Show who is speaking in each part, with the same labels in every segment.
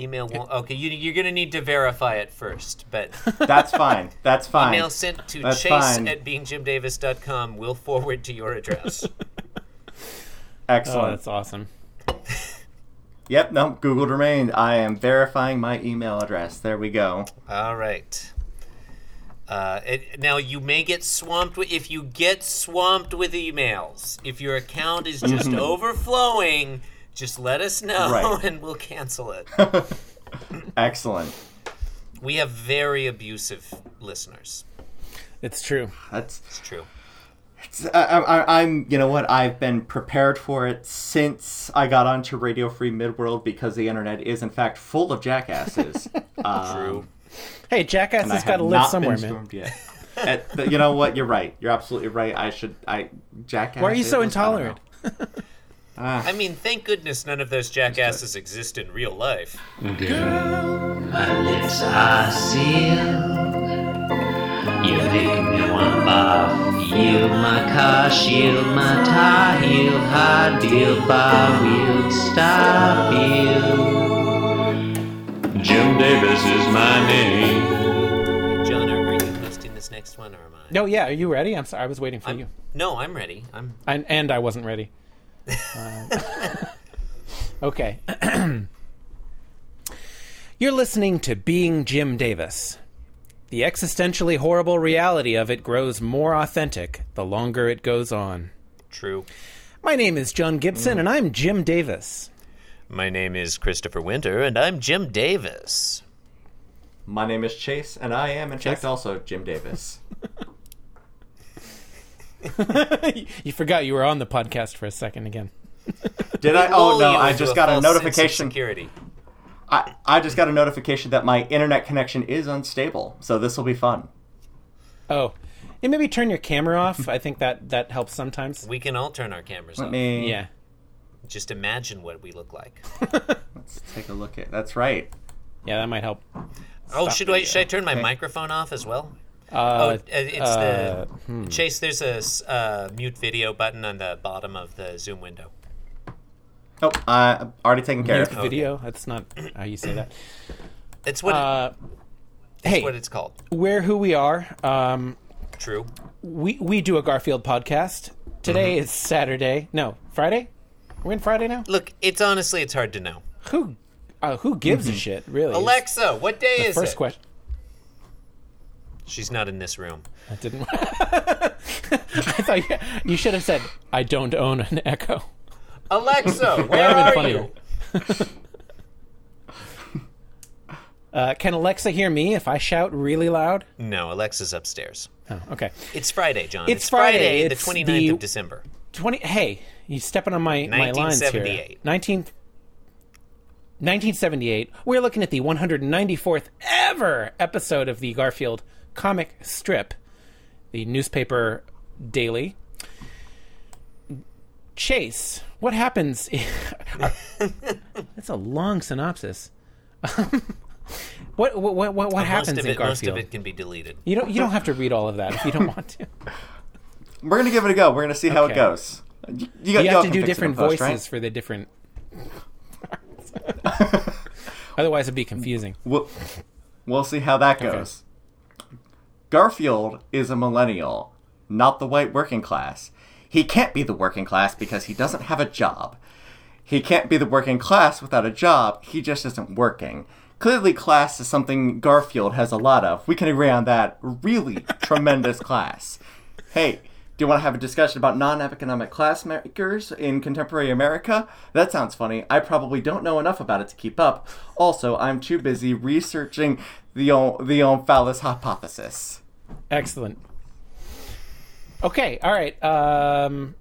Speaker 1: Email won't. Okay, you, you're going to need to verify it first, but
Speaker 2: That's fine. That's fine.
Speaker 1: email sent to
Speaker 2: That's
Speaker 1: chase
Speaker 2: fine.
Speaker 1: at beingjimdavis.com will forward to your address.
Speaker 2: Excellent.
Speaker 3: Oh, that's awesome.
Speaker 2: Yep, no, Google remained. I am verifying my email address. There we go.
Speaker 1: All right. Uh, it, now you may get swamped with, if you get swamped with emails. If your account is just overflowing, just let us know
Speaker 2: Mm-hmm. Right.
Speaker 1: and we'll cancel it.
Speaker 2: Excellent.
Speaker 1: we have very abusive listeners.
Speaker 3: It's true.
Speaker 2: That's
Speaker 1: It's true.
Speaker 2: I, I, I'm you know what I've been prepared for it since I got onto Radio Free Midworld because the internet is in fact full of jackasses. um,
Speaker 1: True.
Speaker 3: Hey, Jackass
Speaker 2: and I
Speaker 3: has got
Speaker 2: have
Speaker 3: to live
Speaker 2: not
Speaker 3: somewhere,
Speaker 2: been
Speaker 3: man.
Speaker 2: stormed yet. At the- you know what? You're right. You're absolutely right. I should. I jackass.
Speaker 3: Why are you so
Speaker 2: it was- I don't know.
Speaker 3: intolerant?
Speaker 1: I mean, thank goodness none of those jackasses exist in real life.
Speaker 4: My lips are sealed. You make me wanna barf. Yield my car, shield my tie, heel, hard deal, bar wheel, stop you. Jim Davis is my name.
Speaker 1: John, are, are you hosting this next one or am I?
Speaker 3: No, yeah. Are you ready? I'm sorry. I was waiting for you.
Speaker 1: No, I'm ready. I'm.
Speaker 3: And, and I wasn't ready. Uh, okay. You're listening to Being Jim Davis. The existentially horrible reality of it grows more authentic the longer it goes on.
Speaker 1: True.
Speaker 3: My name is John Gibson, and I'm Jim Davis.
Speaker 1: My name is Christopher Winter, and I'm Jim Davis.
Speaker 2: My name is Chase, and I am in fact
Speaker 3: Chase.
Speaker 2: also Jim Davis.
Speaker 3: you forgot you were on the podcast for a second again.
Speaker 2: Did I? Oh
Speaker 1: Bully
Speaker 2: no!
Speaker 1: you
Speaker 2: I
Speaker 1: into
Speaker 2: just got a
Speaker 1: false sense of
Speaker 2: notification.
Speaker 1: Security.
Speaker 2: I, I just got a notification that my internet connection is unstable, so this will be fun.
Speaker 3: Oh, and maybe turn your camera off. I think that that helps sometimes.
Speaker 1: We can all turn our cameras
Speaker 2: Let
Speaker 1: off.
Speaker 2: me
Speaker 3: Yeah.
Speaker 1: Just imagine what we look like.
Speaker 2: let's take a look at. That's right.
Speaker 3: Yeah, that might help.
Speaker 1: Oh, should I should I turn my microphone off as well? oh,
Speaker 3: Uh, hmm.
Speaker 1: it- it's the Chase. There's a s- uh, mute video button on the bottom of the Zoom window.
Speaker 2: Oh, uh, already taken care
Speaker 3: mute
Speaker 2: of.
Speaker 3: video. That's not how you say that.
Speaker 1: It's what
Speaker 3: Uh,
Speaker 1: it's
Speaker 3: hey,
Speaker 1: what it's called.
Speaker 3: we're who we are. Um,
Speaker 1: True.
Speaker 3: we we do a Garfield podcast. Today
Speaker 1: Mm-hmm.
Speaker 3: is Saturday. No, Friday. We're in Friday now.
Speaker 1: Look, it's honestly it's hard to know.
Speaker 3: Who uh, who gives a shit? Really? is
Speaker 1: Mm-hmm. Alexa, what day
Speaker 3: the
Speaker 1: is
Speaker 3: First
Speaker 1: it?
Speaker 3: question.
Speaker 1: She's not in this room.
Speaker 3: That didn't. I thought you, you should have said, "I don't own an Echo."
Speaker 1: Alexa, where
Speaker 3: That would've been
Speaker 1: are you?
Speaker 3: funnier. Uh, can Alexa hear me if I shout really loud?
Speaker 1: No, Alexa's upstairs.
Speaker 3: Oh, okay.
Speaker 1: It's Friday, John.
Speaker 3: It's Friday. It's
Speaker 1: the 29th
Speaker 3: the-
Speaker 1: of December.
Speaker 3: Twenty. Hey, you stepping on my my lines here.
Speaker 1: 1978.
Speaker 3: Nineteen. 1978. We're looking at the 194th ever episode of the Garfield comic strip, the newspaper daily. Chase, what happens? i- That's a long synopsis. what what what what, what happens
Speaker 1: most of
Speaker 3: in
Speaker 1: it, most
Speaker 3: Garfield?
Speaker 1: of it can be deleted.
Speaker 3: You don't you don't have to read all of that if you don't want to.
Speaker 2: We're gonna give it a go. We're gonna see how
Speaker 3: Okay.
Speaker 2: it goes. You, you
Speaker 3: you
Speaker 2: y'all
Speaker 3: have to
Speaker 2: can
Speaker 3: do
Speaker 2: fix it
Speaker 3: different
Speaker 2: in post,
Speaker 3: voices
Speaker 2: right?
Speaker 3: for the different. Otherwise, it'd be confusing.
Speaker 2: We'll, we'll see how that goes. Garfield is a millennial, not the white working class. He can't be the working class because he doesn't have a job. He can't be the working class without a job. He just isn't working. Clearly, class is something Garfield has a lot of. We can agree on that. Really tremendous class. Hey, do you want to have a discussion about non economic class makers in contemporary America? That sounds funny. I probably don't know enough about it to keep up. Also, I'm too busy researching the o- the Omphalos hypothesis.
Speaker 3: Excellent. Okay, all right. Um,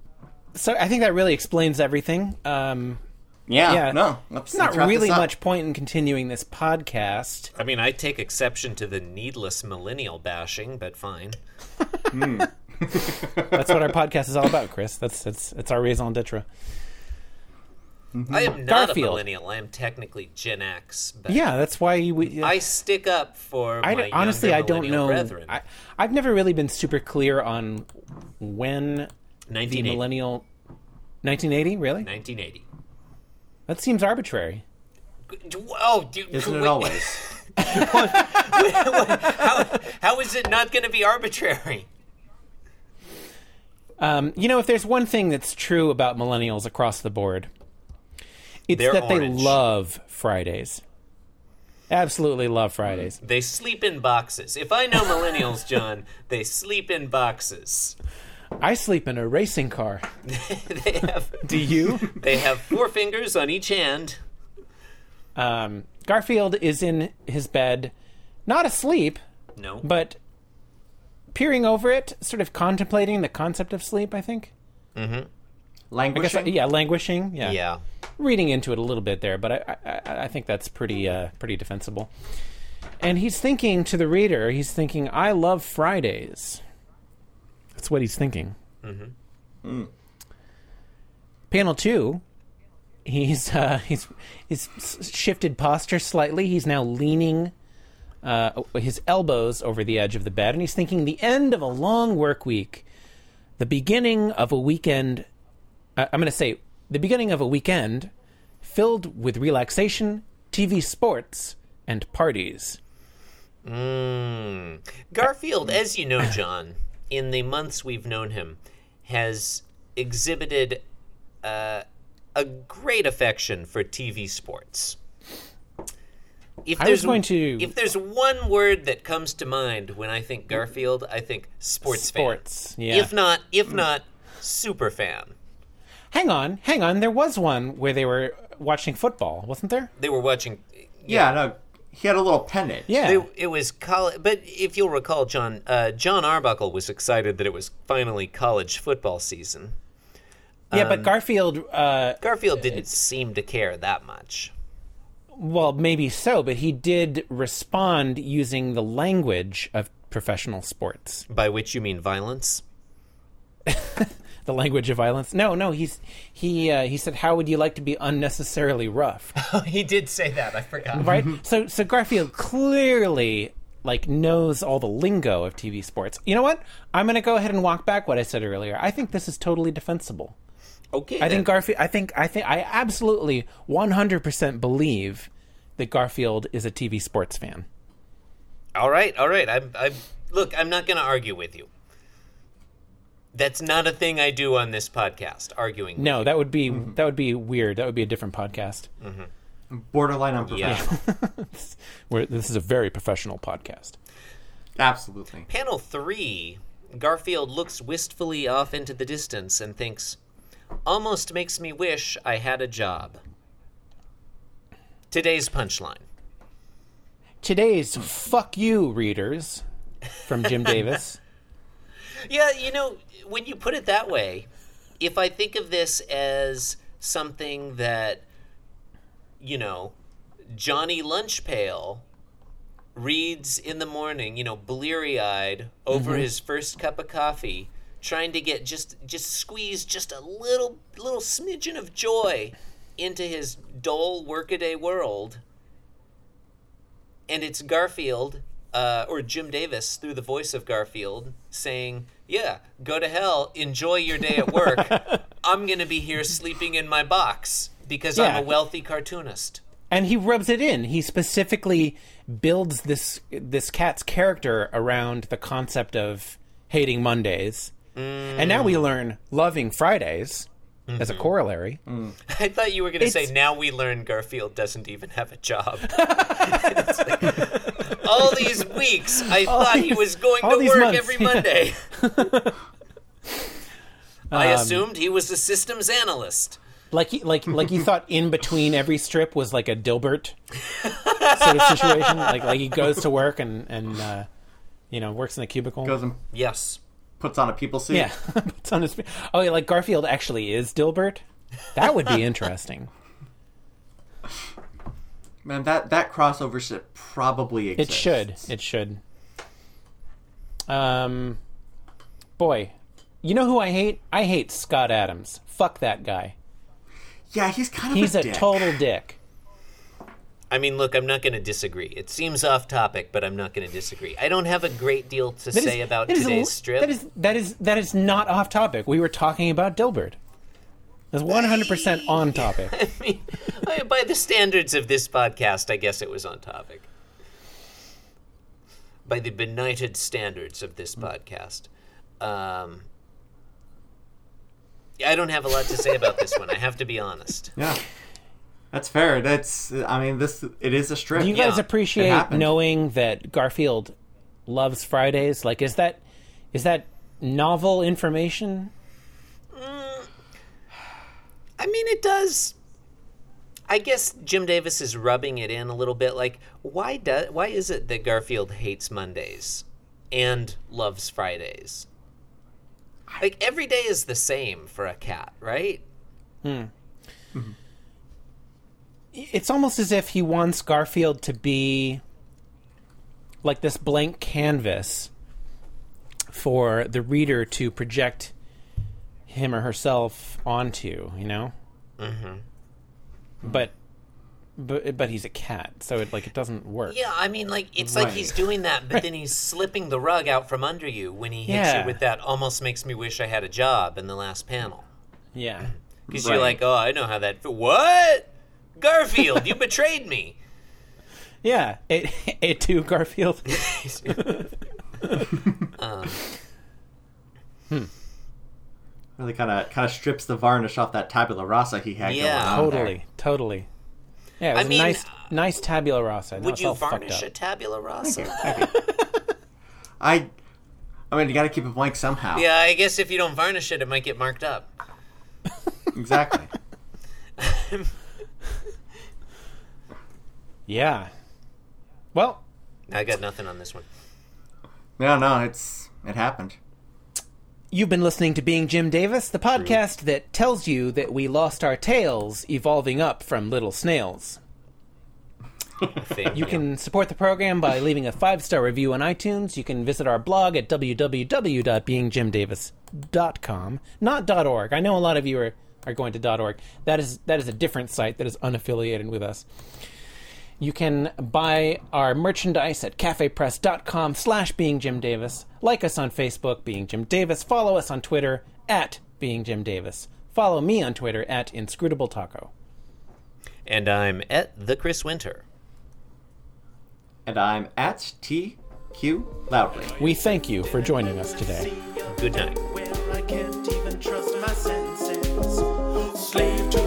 Speaker 3: so I think that really explains everything. Um,
Speaker 2: Yeah,
Speaker 3: Yeah.
Speaker 2: no, let's,
Speaker 3: it's not
Speaker 2: let's wrap
Speaker 3: really
Speaker 2: this up.
Speaker 3: much point in continuing this podcast.
Speaker 1: I mean, I take exception to the needless millennial bashing, but fine.
Speaker 3: That's what our podcast is all about, Chris. That's that's it's our raison
Speaker 1: I
Speaker 3: d'être.
Speaker 1: am not
Speaker 3: Mm-hmm. Garfield.
Speaker 1: a millennial. I am technically Gen X. But
Speaker 3: Yeah, that's why we.
Speaker 1: I stick up for
Speaker 3: I
Speaker 1: my
Speaker 3: don't- honestly, I
Speaker 1: younger
Speaker 3: don't
Speaker 1: millennial
Speaker 3: know.
Speaker 1: Brethren.
Speaker 3: I, I've never really been super clear on when the
Speaker 1: 1980.
Speaker 3: millennial 1980 really
Speaker 1: 1980.
Speaker 3: that seems arbitrary
Speaker 1: Oh, dude.
Speaker 2: Isn't it
Speaker 1: wait.
Speaker 2: always?
Speaker 1: how, how is it not going to be arbitrary?
Speaker 3: Um, you know, if there's one thing that's true about millennials across the board, it's
Speaker 1: They're
Speaker 3: that they
Speaker 1: orange.
Speaker 3: love Fridays. Absolutely love Fridays.
Speaker 1: They sleep in boxes. If I know millennials, John, they sleep in boxes.
Speaker 3: I sleep in a racing car.
Speaker 1: They have
Speaker 3: Do you?
Speaker 1: they have four fingers on each hand.
Speaker 3: um, Garfield is in his bed, not asleep,
Speaker 1: No.
Speaker 3: but peering over it, sort of contemplating the concept of sleep, I think. I guess,
Speaker 2: Languishing?
Speaker 3: yeah, languishing. Yeah.
Speaker 1: yeah.
Speaker 3: reading into it a little bit there, but I, I, I- I think that's pretty uh, pretty defensible. And he's thinking to the reader, he's thinking, "I love Fridays." That's what he's thinking. Hmm. Panel two, he's uh, he's he's s- shifted posture slightly. He's now leaning. Uh, his elbows over the edge of the bed, and he's thinking the end of a long work week, the beginning of a weekend I- Uh, I'm going to say the beginning of a weekend filled with relaxation, TV sports, and parties.
Speaker 1: Mm. Garfield, as you know, John, in the months we've known him, has exhibited uh, a great affection for TV sports. If
Speaker 3: I was going to-
Speaker 1: If there's one word that comes to mind when I think Garfield, I think sports. fan.
Speaker 3: Sports, yeah.
Speaker 1: If not, if not, super fan.
Speaker 3: Hang on, hang on. There was one where they were watching football, wasn't there?
Speaker 1: They were watching.
Speaker 2: Yeah, no. He had a little pendant.
Speaker 3: Yeah.
Speaker 1: They, it was college, but if you'll recall, John uh, John Arbuckle was excited that it was finally college football season.
Speaker 3: yeah,
Speaker 1: um,
Speaker 3: but Garfield, uh,
Speaker 1: Garfield didn't seem to care that much.
Speaker 3: well, maybe so, but he did respond using the language of professional sports,
Speaker 1: By which you mean violence?
Speaker 3: the language of violence. No, no, he's he uh, he said, "How would you like to be unnecessarily rough?"
Speaker 1: Oh, he did say that. I forgot.
Speaker 3: right? so so Garfield clearly like knows all the lingo of TV sports. You know what? I'm going to go ahead and walk back what I said earlier. I think this is totally defensible.
Speaker 1: Okay.
Speaker 3: I think Garfield I think I think I absolutely 100% believe that Garfield is a TV sports fan.
Speaker 1: all right. All right. I'm. I'm. Look, I'm not going to argue with you. That's not a thing I do on this podcast. Arguing.
Speaker 3: No, that would be that would be weird. That would be a different podcast.
Speaker 2: Borderline unprofessional.
Speaker 1: Yeah.
Speaker 3: Where this is a very professional podcast.
Speaker 2: Absolutely.
Speaker 1: Panel three, Garfield looks wistfully off into the distance and thinks, almost makes me wish I had a job. Today's punchline.
Speaker 3: Today's fuck you readers from Jim Davis.
Speaker 1: Yeah, you know, when you put it that way, if I think of this as something that, you know, Johnny Lunchpail reads in the morning, you know, bleary eyed over his first cup of coffee, trying to get just just squeeze just a little little smidgen of joy into his dull workaday world. And it's Garfield uh, or Jim Davis through the voice of Garfield saying, "Yeah, go to hell. Enjoy your day at work. I'm gonna be here sleeping in my box because I'm
Speaker 3: Yeah.
Speaker 1: a wealthy cartoonist."
Speaker 3: and he rubs it in. He specifically builds this this cat's character around the concept of hating Mondays, and now we learn loving Fridays as a corollary.
Speaker 1: I thought you were going to say,
Speaker 3: It's-
Speaker 1: now we learn Garfield doesn't even have a job. It's like, all these weeks, I thought he was going
Speaker 3: all
Speaker 1: to
Speaker 3: these
Speaker 1: work
Speaker 3: months,
Speaker 1: every
Speaker 3: yeah.
Speaker 1: Monday. I
Speaker 3: Um,
Speaker 1: assumed he was a systems analyst.
Speaker 3: Like he, like like you thought in between every strip was like a Dilbert sort of situation. like like he goes to work and and uh, you know works in the cubicle.
Speaker 2: Goes and
Speaker 1: Yes.
Speaker 2: puts on a people suit.
Speaker 3: yeah, it's on his. Oh, yeah, like Garfield actually is Dilbert. That would be interesting.
Speaker 2: Man, that, that crossover shit probably
Speaker 3: It
Speaker 2: exists.
Speaker 3: should. It should. Um, boy, you know who I hate? I hate Scott Adams. Fuck that guy.
Speaker 2: Yeah, he's kind of
Speaker 3: He's
Speaker 2: a,
Speaker 3: a
Speaker 2: dick.
Speaker 3: total dick.
Speaker 1: I mean, look, I'm not going to disagree. It seems off topic, but I'm not going to disagree. I don't have a great deal to
Speaker 3: That is-
Speaker 1: say about
Speaker 3: that is a-
Speaker 1: today's strip.
Speaker 3: That is that is that is not off topic. We were talking about Dilbert. That's 100% on topic.
Speaker 1: I mean, I- by the standards of this podcast, I guess it was on topic. By the benighted standards of this podcast, um, I don't have a lot to say about this one. I have to be honest.
Speaker 2: Yeah, that's fair. That's I mean this it is a strip.
Speaker 3: Do you
Speaker 1: Yeah,
Speaker 3: guys
Speaker 2: it
Speaker 3: appreciate
Speaker 2: happened.
Speaker 3: knowing that Garfield loves Fridays? Like, is that is that novel information?
Speaker 1: I mean, it does. I guess Jim Davis is rubbing it in a little bit. Like, why does why is it that Garfield hates Mondays and loves Fridays? Like every day is the same for a cat, right?
Speaker 3: It's almost as if he wants Garfield to be like this blank canvas for the reader to project him or herself onto, you know? Mm-hmm. But but but he's a cat, so it like it doesn't work.
Speaker 1: Yeah, I mean, like it's like
Speaker 2: Right.
Speaker 1: he's doing that, but then he's slipping the rug out from under you when he hits
Speaker 3: Yeah.
Speaker 1: you with that. Almost makes me wish I had a job in the last panel
Speaker 3: yeah.
Speaker 1: because you're
Speaker 2: Right.
Speaker 1: like, oh, I know how that. What, Garfield? you betrayed me.
Speaker 3: Yeah, a, a two Garfield.
Speaker 2: really kind of kind of strips the varnish off that tabula rasa he had
Speaker 1: Yeah.
Speaker 2: going on there.
Speaker 3: totally, totally. Yeah, it was a
Speaker 1: mean,
Speaker 3: nice, nice tabula rasa. Now
Speaker 1: Would
Speaker 3: it's
Speaker 1: you
Speaker 3: all fucked
Speaker 1: varnish a
Speaker 3: up.
Speaker 1: tabula rasa?
Speaker 2: I I mean you got to keep it blank somehow.
Speaker 1: Yeah, I guess if you don't varnish it, it might get marked up.
Speaker 2: exactly.
Speaker 3: Yeah. Well,
Speaker 1: I got nothing on this one.
Speaker 2: No, no, it's it happened.
Speaker 3: You've been listening to Being Jim Davis, the podcast that tells you that we lost our tails evolving up from little snails.
Speaker 1: I think,
Speaker 3: You can support the program by leaving a five star review on iTunes. You can visit our blog at www.beingjimdavis.com, not .org. I know a lot of you are, are going to .org. That is that is a different site that is unaffiliated with us. You can buy our merchandise at cafepress.com slash being Jim Davis. Like us on Facebook, being Jim Davis. Follow us on Twitter at being Jim Davis. Follow me on Twitter at inscrutable taco.
Speaker 1: And I'm at the Chris Winter.
Speaker 2: And I'm at TQ loudly.
Speaker 3: We thank you for joining us today.
Speaker 1: Good night.
Speaker 5: Well, I can't even trust my senses. Slave to Oh,